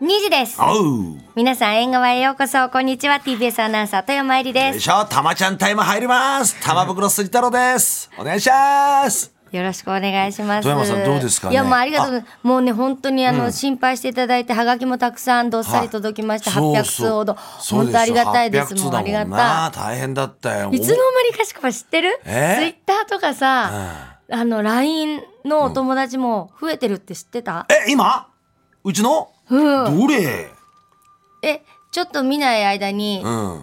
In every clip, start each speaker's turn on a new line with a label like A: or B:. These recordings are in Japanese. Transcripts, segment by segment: A: 2時です
B: おう
A: 皆さん縁側へようこそこんにちは TBS アナウンサー豊前り
B: よ
A: で
B: い
A: す
B: しょたまちゃんタイム入ります玉袋すり太郎ですお願いします
A: よろしくお願いします
B: 富山さんどうですかね
A: いやもうありがとうございますもうね本当にあの、心配していただいてはがきもたくさんどっさり届きました、
B: はい
A: 800通ほど
B: そうそう
A: 本当ありがたいです
B: そう
A: も
B: よ
A: うありが
B: 800通だもんな
A: た
B: 大変だったよ
A: いいつの間にかしこは知ってるツイ
B: え
A: ッターとかさ、あの LINE のお友達も増えてるって知ってた、
B: え今うちの、どれ
A: えちょっと見ない間に、
B: うん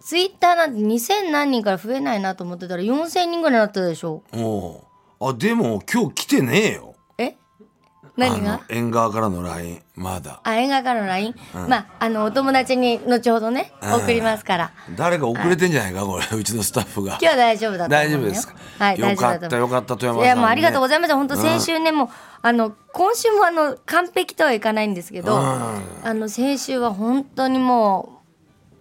A: ツイッターなんて2000何人から増えないなと思ってたら4000人ぐらいになったでしょ
B: おうあでも今日来てねえよ
A: え何が
B: あの縁側からの LINE まだ
A: あ映画からの LINE、まああのお友達に後ほどね送りますから
B: 誰か遅れてんじゃないかこれ うちのスタッフが
A: 今日は大丈夫だと思う
B: 大
A: よ
B: 丈夫ですか
A: はい
B: よ
A: 大丈夫
B: か
A: だ
B: った
A: と思
B: よ
A: う
B: かった富山さんね
A: いやもうありがとうございます本当先週ね、もうあの今週もあの完璧とはいかないんですけど、あの先週は本当にも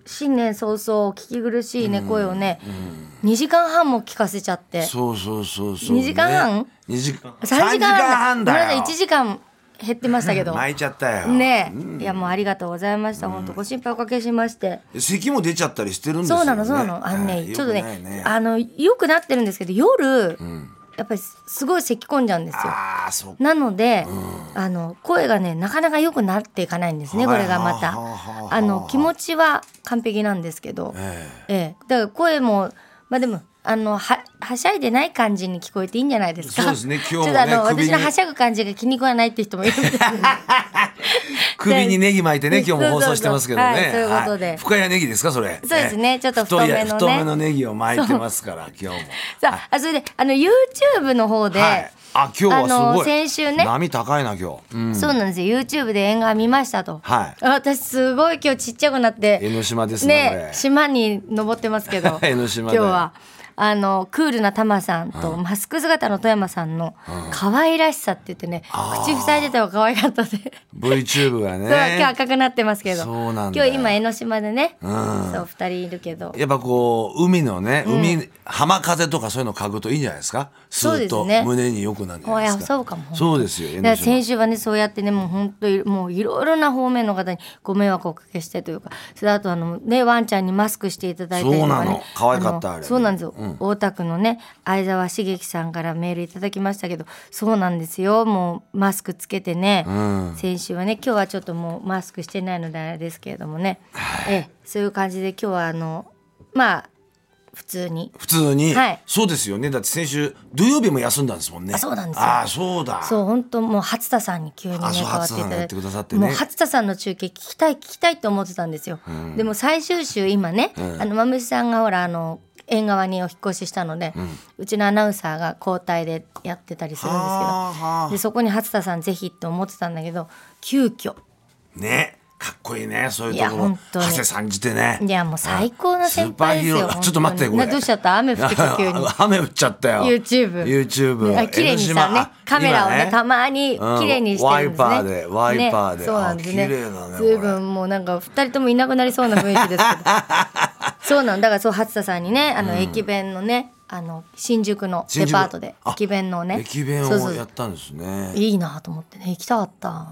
A: う新年早々お聞き苦しいね、声をね、2時間半も聞かせちゃって
B: そうそうそうそう、
A: 二時間半
B: 二時間
A: 3
B: 3時間半
A: ごめんな
B: だ
A: さい
B: よ
A: 1時間減ってましたけど
B: 巻いちゃったよ
A: ねえいやもうありがとうございました本当ご心配おかけしまして。
B: 咳も出ちゃったりしてるんですよ、ね、
A: そうなのそうなのあのね
B: えー
A: ちょっとね
B: よくない
A: あの良くなってるんですけど夜、やっぱりすごい咳込んじゃうんですよ
B: あーそっか
A: なので、あの声がねなかなか良くなっていかないんですねこ
B: はい
A: れがまた
B: はあはあはあ
A: あの気持ちは完璧なんですけど、
B: え
A: ええだから声もまあでもあのははしゃいでない感じに聞こえていいんじゃないですか
B: そうですね今日もね
A: ちょっとあの
B: 首
A: 私
B: に
A: のはしゃぐ感じが気に食わないって人もいるんですけど
B: 首にネギ巻 いてね今日も放送してますけどね
A: そうそうそうはいそういうことで
B: は深谷ネギですかそれ
A: そうですねちょっと太めのね
B: 太い太めのネギを巻いてますから今日も
A: さああそれであの YouTube の方で、
B: はいあ今日はす
A: あ
B: ご
A: の
B: い
A: 先週ね
B: 波高いな今日、うん、
A: そうなんですよ YouTube で縁側見ましたと、
B: はい
A: 私すごい今日ちっちゃくなって
B: 江ノ島ですねこ
A: ね
B: れ
A: 島に登ってますけど
B: 江ノ島だよ
A: 今日はあのクールなタマさんと、マスク姿の富山さんの可愛らしさって言ってね、口塞いでた方が可愛かったで、
B: VTube が
A: そう今日
B: ね
A: 赤くなってますけど
B: そうなん
A: 今
B: だよ
A: 日今江ノ島でね、そう二人いるけど
B: やっぱこう海のね海、浜風とかそういうの嗅ぐといいんじゃないですかす
A: そう
B: る
A: です
B: と
A: ね
B: 胸によくなるんじゃないです
A: お
B: か
A: やそうかも
B: そうですよ
A: だ
B: 江
A: から
B: ノ島
A: 先週はねそうやってねもう本当にもういろいろな方面の方にご迷惑をおかけしてというかそれであとあのねワンちゃんにマスクしていただいたりとか
B: そうな
A: ね
B: の可愛かった
A: の
B: あれ
A: そうなんですよ、大田区のね相沢茂樹さんからメールいただきましたけどそうなんですよもうマスクつけてね、先週はね今日はちょっともうマスクしてないのであれですけれどもね、ええそういう感じで今日はあのまあ普通に
B: 普通に、
A: はい
B: そうですよねだって先週土曜日も休んだんですもんね
A: あそうなんですよ
B: ああそうだ
A: そう本当もう初田さんに急にね
B: あそう
A: 変わっていた
B: 初田さ
A: だ
B: んがや
A: い
B: っててくださってね
A: もう初田さんの中継聞きたい聞きたいと思ってたんですよ、でも最終週今ね、あのまむしさんがほらあの縁側にお引っ越ししたので、うちのアナウンサーが交代でやってたりするんです
B: はあは
A: けどでそこに初田さんぜひって思ってたんだけど急遽
B: ねかっこいいねそういうと
A: いや
B: ころ
A: 本当に
B: 長谷さんじてね
A: いやもう最高な先輩です
B: スー
A: よ
B: パーヒーロー
A: 本当に
B: ちょっと待ってこれ
A: などうしちゃった雨降ってきた急に
B: 雨降っちゃったよ
A: YouTube
B: YouTube
A: あ綺麗にさねカメラをねたまに綺麗にしてるんですね、
B: うんワイパーでワイパーで
A: ね、そうなんですね
B: あ綺麗だね
A: 随分もうなんか二人ともいなくなりそうな雰囲気です けどそうなんだからそう初田さんにねあの駅弁のね、あの新宿のデパートで駅弁のね
B: 駅弁
A: そうそ
B: を
A: う
B: やったんですね
A: いいなと思ってね行きたかった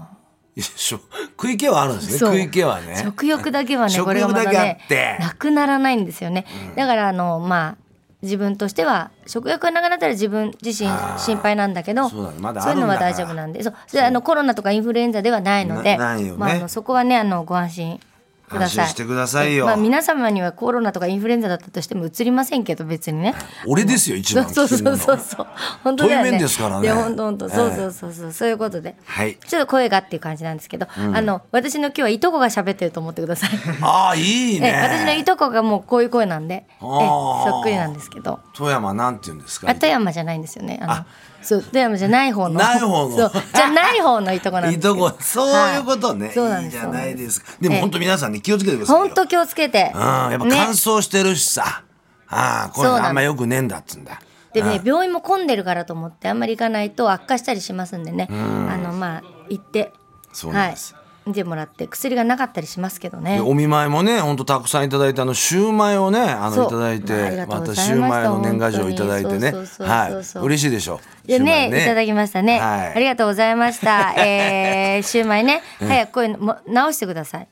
B: いやしょ食い気はあるんですね
A: そう
B: 食い気はね
A: 食欲だけはね
B: 食欲
A: これがまた
B: だ
A: ね
B: けあって
A: なくならないんですよね、だからあのまあ自分としては食欲がなくなったら自分自身
B: あー
A: 心配なんだけど
B: そうだねまだ
A: そういうのは
B: あるんだ
A: 大
B: から
A: 丈夫なんでそうそれあのコロナとかインフルエンザではないので
B: なないよね
A: まあ、あのそこはねあのご安心ください
B: 安心してくださいよ
A: まあ、皆様にはコロナとかインフルエンザだったとしても移りませんけど別にね
B: 俺ですよ一番
A: そうそうそう
B: 危険
A: そ
B: な
A: う
B: の
A: そう本当だよね
B: 遠い面ですからね
A: いや本当本当
B: ええ
A: そうそうそうそう、そういうことで
B: はい
A: ちょっと声がっていう感じなんですけど、あの私の今日はいとこが喋ってると思ってください。
B: ああいい
A: え私の
B: ね
A: いとこがもうこういう声なんで、え
B: あー
A: そっくりなんですけど。
B: 富山なんて言うんですか
A: あ富山じゃないんですよね。あのそう富山じゃない方の。
B: ない方の
A: そうじゃない方のいとこなん で
B: い
A: す
B: い
A: けど。
B: とこそういうことね、、
A: はいそうなん
B: い
A: です。
B: じゃないですか
A: う
B: でも
A: ええ
B: 本当皆さんね気をつけてくださいよ
A: 本当気をつけて。
B: うんやっぱ乾
A: ね。
B: 燥してるしさ、ああこれ
A: そうなの
B: あんまよくねえんだっつうんだ
A: でね病院も混んでるからと思ってあんまり行かないと悪化したりしますんでね。あのまあ行って。
B: そうなんです
A: はい見てもらって薬がなかったりしますけどね
B: でお見舞いもね、本当たくさんいただいて、あのシューマイをね、あ
A: そ
B: の
A: う
B: いただい
A: まあありが
B: て、
A: とうございました
B: シューマイの年賀状
A: 本当
B: い
A: に
B: ただいてね
A: そうそう、そうそう
B: は
A: そう
B: い、嬉しいでしょう。
A: いやね
B: シューマイ
A: いただきましたね、
B: はい
A: ありがとうございま した、えー、シューマイね早く声のも直してください、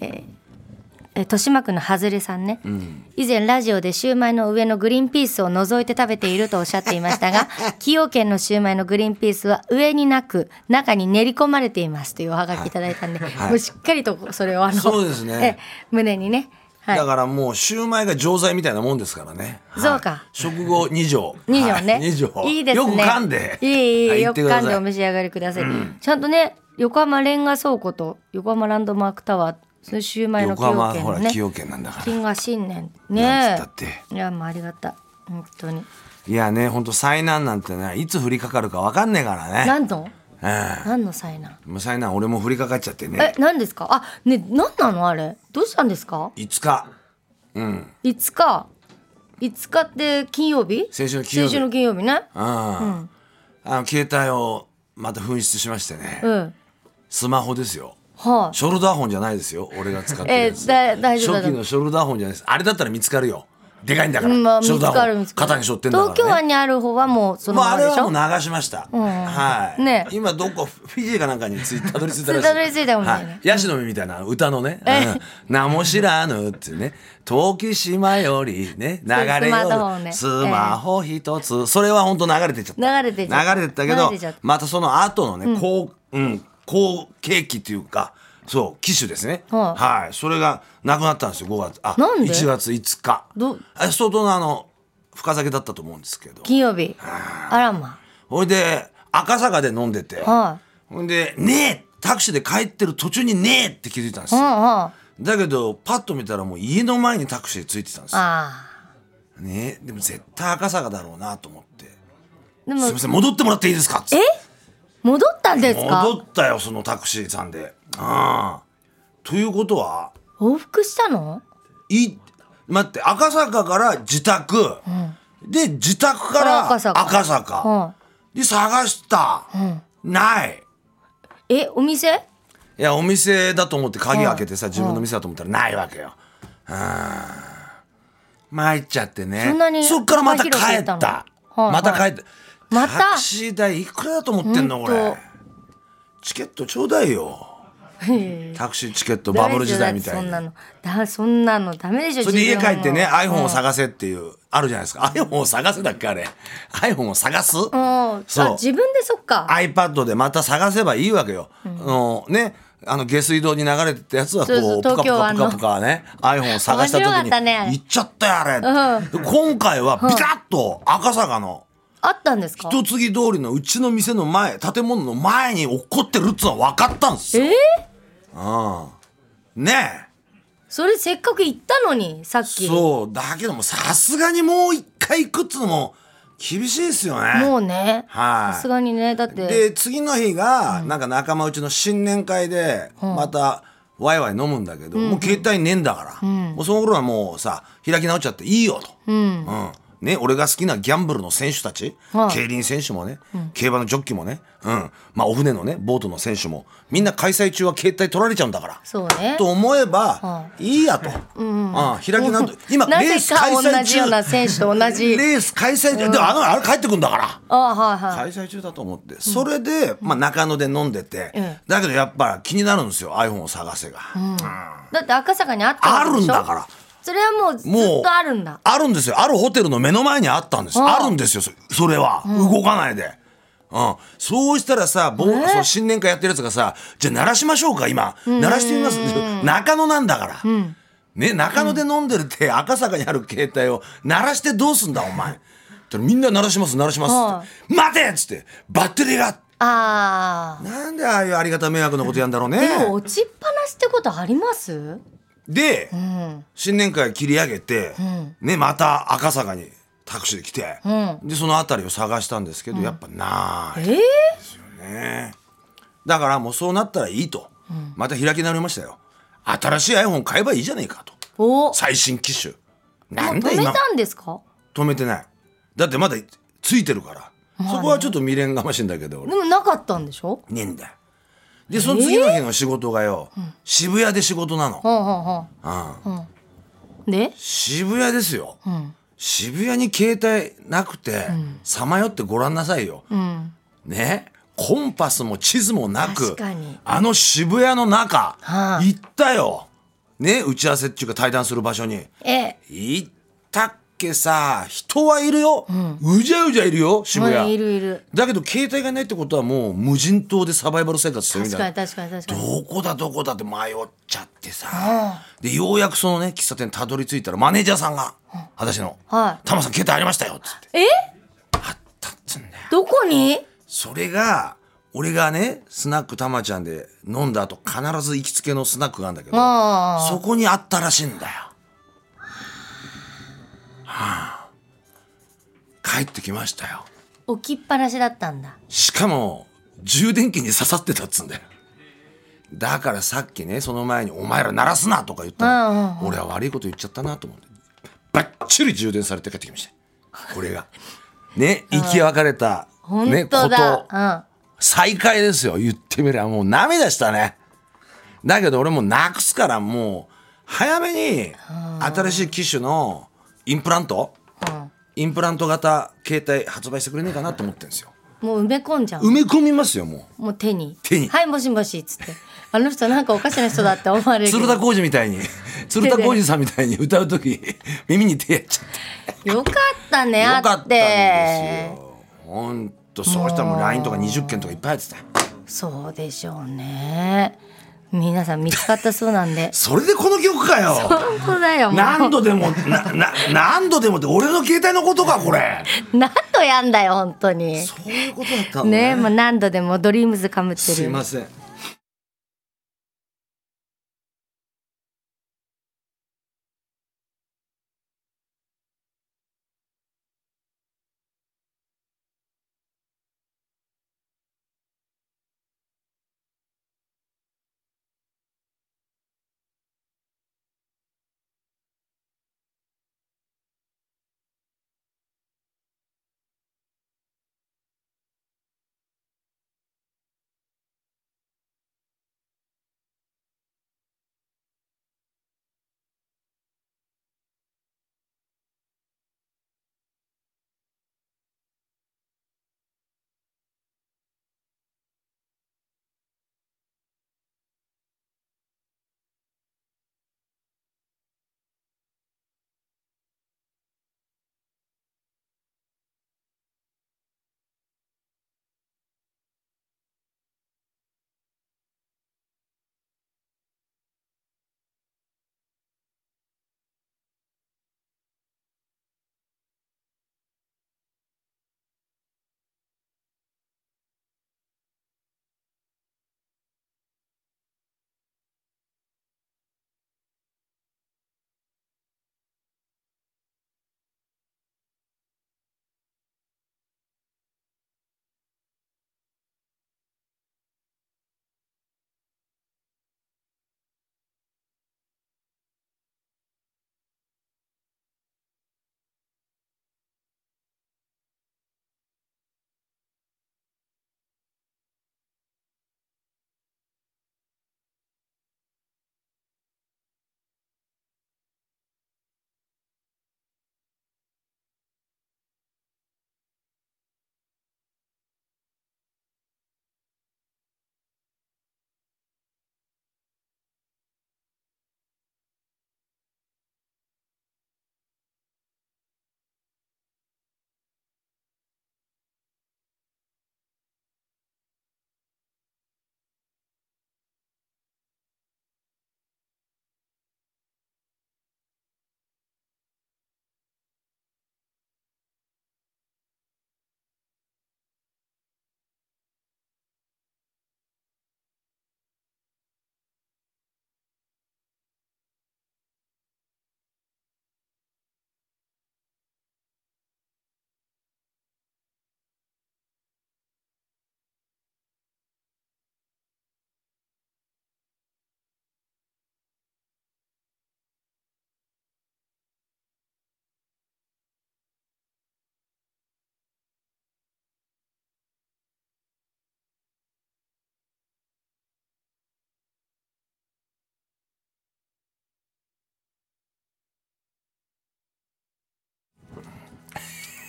A: えーえー豊島区のハズレさんね、以前ラジオでシューマイの上のグリーンピースを除いて食べているとおっしゃっていま したが崎陽軒のシューマイのグリーンピースは上になく中に練り込まれていますというおはがきいただいたんで、もうしっかりとそれをあの
B: そうですね
A: え胸にね、はい
B: だ、からもうシューマイが錠剤みたいなもんですからね。はい
A: そうか
B: 食後二錠。
A: 二条ね、
B: はい 二錠。
A: いいですね
B: よく噛んで。
A: いいい
B: はい言
A: よ
B: っ
A: く
B: てくだ
A: 噛ん
B: さ
A: で
B: い
A: お召し上がりください、ちゃんとね横浜レンガ倉庫と横浜ランドマークタワーそのシューマイの
B: 横
A: 崎陽
B: 浜
A: 軒
B: ほ
A: の
B: ら
A: ね
B: 崎陽軒なんだから。
A: 金が新年
B: なん
A: ね
B: つったって
A: いやもうありがたい本当に
B: いやね、本当災難なんてね、いつ降りかかるかわかんねえからね。
A: 何の
B: え
A: 何の災難
B: えもう災難俺も降りかかっちゃってね
A: え。何ですかあね何なのあれどうしたんですか
B: 5日。うん。
A: 5日5日って金曜日
B: 先週の金曜
A: 先
B: 日
A: 週の金曜日ね
B: うん。あの携帯をまた紛失しましてね。
A: うん
B: スマホですよ。
A: はい、
B: ショルダーホンじゃないですよ。俺が使ってる
A: え
B: やつ。
A: ーだ大丈夫だ
B: 初期のショルダーホンじゃないです。あれだったら見つかるよ。でかいんだから。
A: うんまあ、見
B: ショル
A: つ
B: ダ
A: か
B: ー
A: る
B: ホン
A: 見つかる
B: 肩に背負ってんだから、ね。
A: 東京湾にある方はもうその
B: まあ、
A: ま
B: あ
A: ま
B: れ
A: でし
B: は
A: ょ
B: もう流しました。はい。
A: ね
B: 今どこフィジーかなんかについたどり着いたらしい。
A: たどり着いたもんね
B: はいヤシの実みたいな歌のね、うん名も知らぬっていうね、時島よりね、流れ
A: スマートフォ
B: よ
A: ンね
B: るスマホ一つ、それは本当流れてっちゃった。
A: 流れてっちゃった
B: 流れてったけ
A: 流れてっちゃった、
B: どまたその後のね、こう、うん、こう景気っていうか。そう機種ですね、
A: は
B: はいそれがなくなったんですよ5月あ
A: なんで
B: 1月5日
A: ど
B: あ相当なあの深酒だったと思うんですけど
A: 金曜日あらま
B: ほいで赤坂で飲んでて、
A: は
B: ほんで「ねえ!」タクシーで帰ってる途中に「ねえ!」って気づいたんです
A: いうんう
B: よ、
A: んあ
B: だけどパッと見たらもう家の前にタクシーついてたんですよ、
A: あ
B: ねえ、でも絶対赤坂だろうなと思って
A: で
B: 「
A: も
B: すいません戻ってもらっていいですか?」っつって
A: 戻ったんですか
B: 戻ったよそのタクシーさんでああということは
A: 往復したの
B: い待って赤坂から自宅、で自宅から
A: 赤坂
B: 赤坂
A: は
B: で探した、ない
A: いえお店
B: いやお店だと思って鍵開けてさ自分の店だと思ったらないわけよ。うん参っちゃってね
A: そんなに
B: っからまた帰
A: 幅広
B: っ
A: く行
B: た
A: ったのはい
B: また帰って、
A: また
B: タクシー代いくらだと思ってんの
A: ほん
B: ことれチケットちょうだいよ タクシーチケットバブル時代みた
A: ダ
B: い
A: メでしょ
B: に
A: だってそんなのだそんなのダメでしょ
B: それで家
A: 自分
B: 帰ってね
A: の
B: iPhone を探せっていうあるじゃないですか iPhone を探せだっけあれ iPhone を探す
A: うん
B: そう
A: あ自分でそっか
B: iPad でまた探せばいいわけよ。あのねあの下水道に流れてたやつはこ
A: そうそう
B: うプカプ
A: 東京
B: カ
A: 湾
B: プ
A: の
B: カプカね iPhone を探した時
A: 面白かっ
B: に
A: たねあれ
B: 行っちゃったよあれ、で今回はビタッと赤坂の
A: あったんですか
B: 一継ぎ通りのうちの店の前建物の前に落っこってるっつうのは分かったんですよ。
A: えー
B: うん、ねえ
A: それせっかく行ったのにさっきも
B: そうだけどもさすがにもう一回行くっつうのも厳しいですよね。
A: うね
B: は
A: さ
B: い
A: すがにねだって
B: で次の日がなんか仲間うちの新年会でまたワイワイ飲むんだけど、もう携帯ねえんだから、もうその頃はもうさ開き直っちゃっていいよと、うんね、俺が好きなギャンブルの選手たち、
A: はい
B: 競輪選手もね、競馬のジョッキーもね、うんまあ、お船のねボートの選手もみんな開催中は携帯取られちゃうんだから。
A: そうね
B: と思えばいいやと、ああ開き直って今
A: な
B: レー
A: ぜ
B: ス
A: か
B: 開
A: 同
B: 催
A: じよう
B: 中
A: な選手と同じ
B: レース開催中、でもあのあれ帰ってくんだから
A: あはいはい
B: 開催中だと思って、それで、まあ、中野で飲んでて、
A: え
B: だけどやっぱ気になるんですよ iPhone を探せが、
A: だって赤坂にあったわけでしょ
B: あるんだから
A: それはもうずっ
B: もう
A: とあるんだ
B: あるんですよあるホテルの目の前にあったんです
A: あ
B: あ
A: あ
B: るんですよそそれは、動かないで、うん、そうしたらさ、ぼうその新年会やってるやつがさじゃあ鳴らしましょうか今鳴らしてみます中野なんだから、ね、中野で飲んでるって赤坂にある携帯を鳴らしてどうすんだお前ってみんな鳴らします鳴らしますって、待てっつってバッテリーが
A: あ
B: なんでああいうありがた迷惑なことやんだろうね。
A: ーでも落ちっぱなしってことあります
B: で、
A: うん
B: 新年会切り上げて、ねまた赤坂にタクシーで来て、でその辺りを探したんですけど、やっぱない
A: ええ
B: ねだからもうそうなったらいいと、また開き直りましたよ新しい iPhone 買えばいいじゃないかと
A: おも
B: 最新機種
A: う
B: なんだ
A: 止め
B: 今
A: たんですか
B: 止めてないだってまだついてるから、そこはちょっと未練がましいんだけど俺
A: でもなかったんでしょ
B: ねえんだよでその次の日の仕事がよ、渋谷で仕事なの、
A: ほうほうほ
B: うん
A: うで
B: 渋谷ですよ、渋谷に携帯なくてさまよってごらんなさいよ、
A: うん
B: ねコンパスも地図もなく
A: 確かに
B: あの渋谷の中、
A: はあ
B: 行ったよ、ね、打ち合わせっていうか対談する場所に
A: え
B: 行ったっけさ人はいるよ、うじゃうじゃいるよ渋
A: うん
B: 谷
A: いるいる
B: だけど携帯がないってことはもう無人島でサバイバル生活してるみ
A: 確
B: たい
A: か
B: な
A: に確かに確かに
B: どこだどこだって迷っちゃってさ、でようやくそのね喫茶店たどり着いたらマネージャーさんが「私の、
A: はい
B: タマさん携帯ありましたよ」っつって
A: え
B: あったっつうんだよ
A: どこに
B: それが俺がねスナックたまちゃんで飲んだ後必ず行きつけのスナックがあるんだけど
A: ああ
B: そこにあったらしいんだよ。はあ、帰ってきましたよ。
A: 置きっぱなしだったんだ
B: しかも充電器に刺さってたっつうんだよ。だからさっきねその前に「お前ら鳴らすな」とか言った
A: うんうん
B: の俺は悪いこと言っちゃったなと思ってばっちり充電されて帰ってきましたこれがね生き別れた、
A: 本
B: ね、こ
A: 当
B: と
A: だ
B: 再会ですよ言ってみればもう涙したねだけど俺もうなくすからもう早めに新しい機種のインプラント
A: うんうん
B: インプラント型携帯発売してくれねえかなと思ってるんですよ
A: もう埋め込んじゃう
B: 埋め込みますよも
A: もう手に
B: 手に
A: はいもしもし」っつって「あの人なんかおかしな人だ」って思われる
B: う
A: け
B: 鶴田
A: ど
B: 浩二みたい に鶴田浩二さんみたいに歌う時耳に手やっちゃっ
A: よかったね
B: てよか
A: あ
B: った
A: っ
B: んで
A: て
B: すよほんとそうしたらもう LINE とか20件とかいっぱい入ってた
A: そうでしょうね皆さん見つかったそうなんで
B: それでこの曲かよ
A: 本当だよもう
B: 何度でもなな何度でもって俺の携帯のことかこれ
A: 何度やんだよ本当に
B: そういうことだったの
A: ねもう何度でもドリームズかむって
B: すい
A: る
B: ません。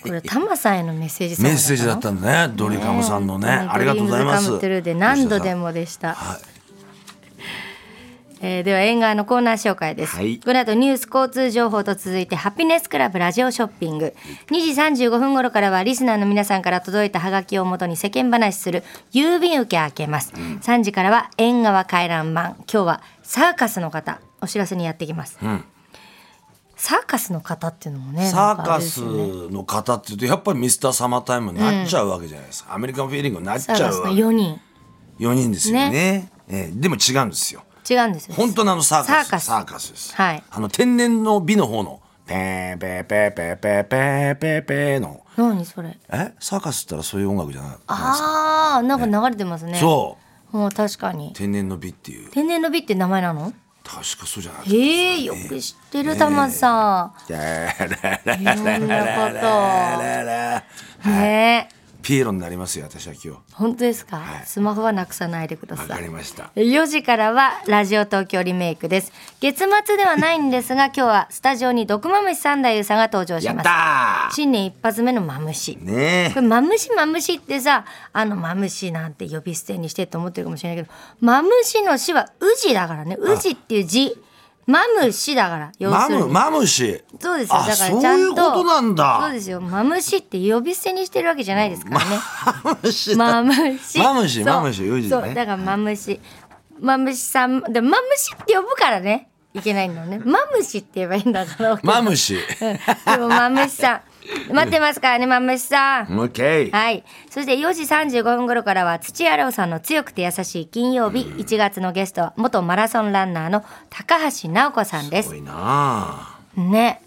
A: これタマさんへのメッセージソング
B: メ
A: だ
B: ッ
A: った
B: セージだったんだねドリカムさんのね
A: 本当に
B: ありがとうございま
A: ドリーム
B: す
A: ズカムトゥルーで何度で
B: も
A: もでした。
B: はい
A: えーでは縁側のコーナー紹介です、
B: はい
A: この後ニュース交通情報と続いてハピネスクラブラジオショッピング2時35分頃からはリスナーの皆さんから届いたハガキをもとに世間話する郵便受け開けます、3時からは縁側回覧版今日はサーカスの方お知らせにやってきます、サーカスの方っていうのもねな
B: サー
A: んかあ
B: カ
A: れで
B: ス
A: すよね
B: の方っていうとやっぱりミスターサマータイムになっちゃうわけじゃないですか、アメリカンフィーリングになっち
A: サー
B: ゃ
A: カス
B: う
A: の
B: わけ
A: 4人
B: 4人ですよねええでも違うんですよ
A: 違うんですよ
B: 本当のあのサーカス
A: サーカス
B: です、
A: はい
B: あの天然の美の方のペーペーペーペーペーペーペーペーの
A: 何それ
B: えサーカスって言ったらそういう音楽じゃない
A: あーなんか流れてますね
B: そう
A: もう確かに
B: 天然の美っていう
A: 天然の美って名前なの
B: 確かそうじゃない
A: ええよく知ってるたまさん。いろんなこ
B: はい
A: と。ねえ、
B: ピエロになりますよ私は今
A: 本当ですか
B: は。い
A: スマホはなくさないでくだ
B: 日わか
A: さ
B: り
A: い。
B: ました
A: 4時からはラジオ東京リメイクです。月末ではないんですが、今日はスタジオに毒マムシ三太夫さんが登場し
B: やっ
A: ます。
B: た
A: 新年一発目のマムシ。
B: ーね
A: これマムシマムシってさあのマムシなんて呼び捨てにしてと思ってるかもしれないけどマムシの死はウジだからねウジっていう字マムシだから
B: え
A: 要
B: マ
A: するに
B: ムマムシ
A: そうですよ。
B: あ
A: だからちゃんと。
B: そういうことなんだ
A: そうですよ。マムシって呼び捨てにしてるわけじゃないですからね。
B: マムシ
A: マムシ。
B: マム
A: そ
B: シ
A: う
B: マムシウジ
A: そう
B: ね
A: だからマムシ。マムシさん、でマムシって呼ぶからね。いけないのね。マムシって言えばいいんだから。
B: マ ムシ
A: でもマムシさん。待ってますからね、マムシさん。
B: オッケー
A: はい。そして4時35分頃からは土屋郎さんの強くて優しい金曜日、1月のゲストは元マラソンランナーの高橋直子さんです
B: すご。いなあ
A: ね、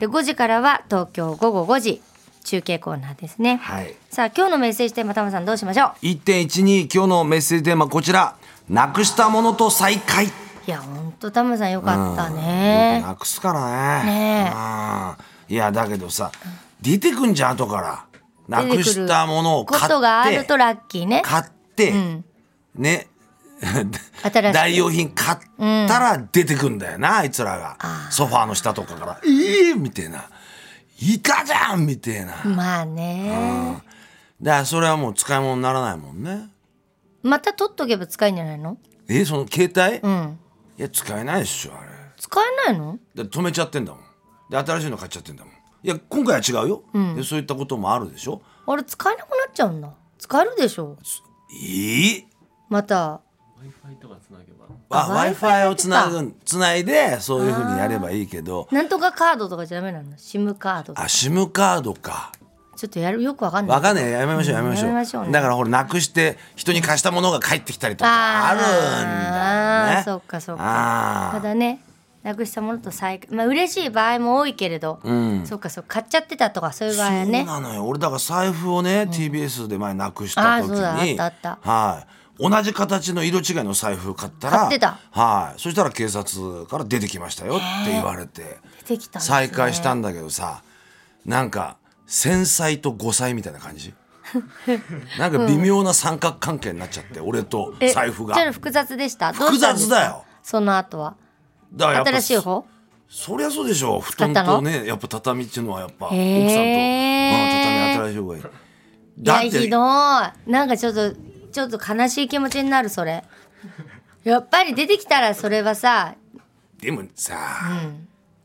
A: で5時からは東京午後5時中継コーナーですね、
B: はい
A: さあ今日のメッセージテーマタマさんどうしましょう
B: 1.12今日のメッセージテーマこちらなくしたものと再会
A: いやほんとタマさんよかった
B: よく
A: ね
B: なくすからね
A: ねえ
B: うんいやだけどさ出てくんじゃん後からな
A: 出て
B: く
A: くる
B: したものを買
A: ことがあ
B: っ
A: る
B: て
A: とラッキーね
B: 買って、ね
A: しい
B: 代用品買ったら出てくんだよな、あいつらがソファーの下とかから「ええみたいな「いたじゃん!」みたいな、だか
A: まあね
B: らそれはもう使い物にならないもんね
A: また取っとけば使えんじゃないの
B: えその携
A: う
B: 帯、い
A: ん
B: や使えないでしょあれ
A: 使えないの
B: で止めちゃってんだもんで新しいの買っちゃってんだもんいや今回は違うよ、でそういったこともあるでしょ
A: あれ使えなくなっちゃうんだ使えるでしょ
B: いい
A: また
B: w i
A: あ
B: f i をつなぐつないでそういうふうにやればいいけど
A: なんとかカードとかじゃダメなんだ SIM カードと
B: あ
A: か
B: SIM カードか
A: ちょっとやるよくわかんない
B: わかんないやめましょうやめましょう,、
A: やめましょうね
B: だからほらなくして人に貸したものが返ってきたりとかあるんだよ
A: あ
B: ね
A: ーそっかそっか
B: あー
A: ただねなくしたものと再会まあ嬉しい場合も多いけれど、そっかそう買っちゃってたとかそういう場合は
B: そう
A: ね
B: なのよ俺だから財布をね、TBS で前なくした
A: あー
B: 時
A: そうだあっ
B: に
A: たあった
B: はい同じ形の色違いの財布買った
A: 買
B: ら
A: ってた
B: はいそしたら警察から出てきましたよって言われて
A: 出てきたんですね
B: 再会したんだけどさなんか繊細と5歳みたいな 感じなんか微妙な三角関係になっちゃって俺と
A: え
B: 財布が
A: ちょっと複雑でしたどう
B: 複
A: したんです
B: 雑
A: か
B: だよ
A: その後は
B: だからやっぱ
A: 新しい方
B: そりゃそうでしょ布
A: 使っ
B: 団
A: たの
B: とねやっぱ畳っていうのはやっぱ奥さんと、うん、畳
A: へー
B: 新しい方がいい
A: いや
B: だっ
A: ひどい
B: て
A: なんかちょっとちょっと悲しい気持ちになるそれやっぱり出てきたらそれはさ
B: でもさ、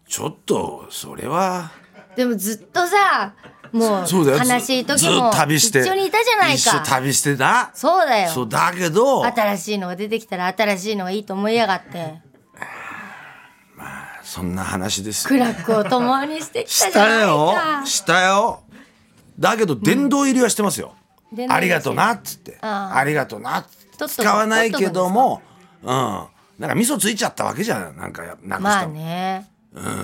B: ちょっとそれは
A: でもずっとさもう
B: そうだよず
A: 悲しい時
B: ずっ
A: も
B: と旅して
A: 一緒にいたじゃないか
B: 一緒旅してなそ
A: そうだよ
B: うだけど
A: 新しいのが出てきたら新しいのがいいと思いやがって
B: そんな話です
A: 苦楽を共にしてきた
B: し
A: じゃな
B: た
A: い
B: よ
A: か
B: したよだけど殿堂入りはしてますよ、
A: 殿堂
B: あ
A: 入
B: り
A: りはして
B: がと
A: る
B: うなっつって
A: あ
B: ありがとうなっつっ
A: 取っ
B: て
A: とく
B: 使わないけどもうんなんか味噌ついちゃったわけじゃんなんかやなくしたもん
A: まあね、ま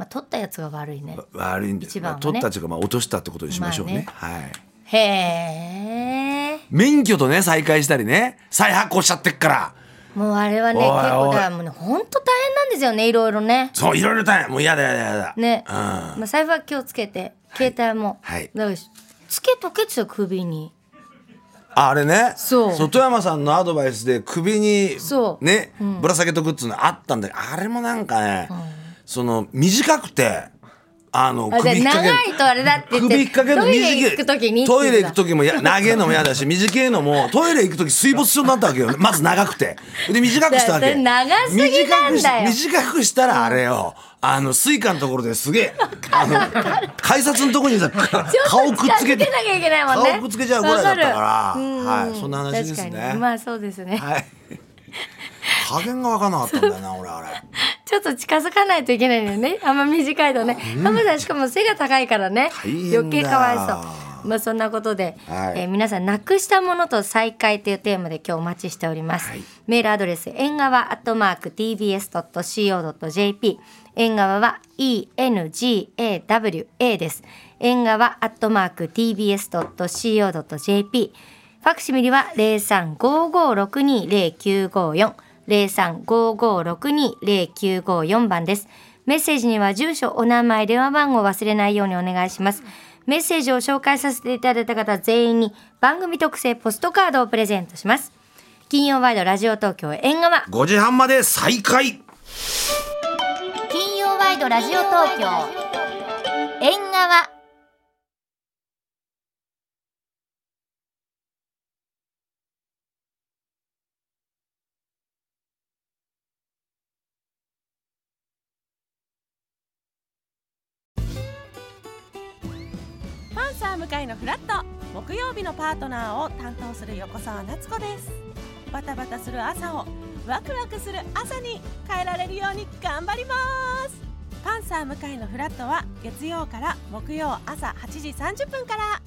A: あ、取ったやつが悪いね
B: 悪いんです
A: 一番はね
B: 取ったというか、まあ、落としたってことにしましょうね,、はい
A: へえ
B: 免許とね再開したりね再発行しちゃってっから
A: もうあれはね
B: おい
A: 結構
B: おい
A: だからもうねほんと大変なんですよねいろいろね
B: そういろいろ大変もう嫌だ嫌だ嫌だ
A: ね、
B: うん、
A: まあ、財布は気をつけて携帯も、
B: はい
A: だからつけとけっつよ首に
B: ああれね
A: そう
B: 外山さんのアドバイスで首に
A: そう
B: ね、ぶら下げとくっつうのあったんだけどあれもなんかね、その短くてあの
A: あじゃあ
B: 首引っ掛ける
A: 長いとあれだって言って
B: 首引っ掛けるの
A: トイレ
B: 短い
A: 行く時にっていうの
B: トイレ行く時もや長いのも嫌だし短いのもトイレ行く時水没症になったわ けよまず長くてで短くしたわけ
A: だからそれ長すぎなんだよ
B: 短くし短くしたらあれよあのスイカのところですげえあの改札のところにさ顔くっつけて
A: 近づなきゃいけないもんね
B: 顔くっつけちゃうぐらいだったから
A: わるうん
B: はいそんな話ですね
A: 確かにまあそうですね、
B: はい加減が分かんなかったんだよな俺あれ。
A: ちょっと近づかないといけないのよねあんま短いとね浜田さんしかも背が高いからね
B: 大変だ
A: 余計かわいそうまあそんなことで、
B: はい
A: えー皆さんなくしたものと再会というテーマで今日お待ちしております、
B: はい
A: メールアドレス縁側アットマーク tbs.co.jp 縁側は engawa です縁側アットマーク tbs.co.jp ファクシミリは0355620954 0355620954番ですメッセージには住所お名前電話番号を忘れないようにお願いしますメッセージを紹介させていただいた方全員に番組特製ポストカードをプレゼントします金曜ワイドラジオ東京縁側
B: 5時半まで再開
A: 金曜ワイドラジオ東京縁側
C: パンサー向かいのフラット木曜日のパートナーを担当する横澤夏子ですバタバタする朝をワクワクする朝に変えられるように頑張りますパンサー向かいのフラットは月曜から木曜朝8時30分から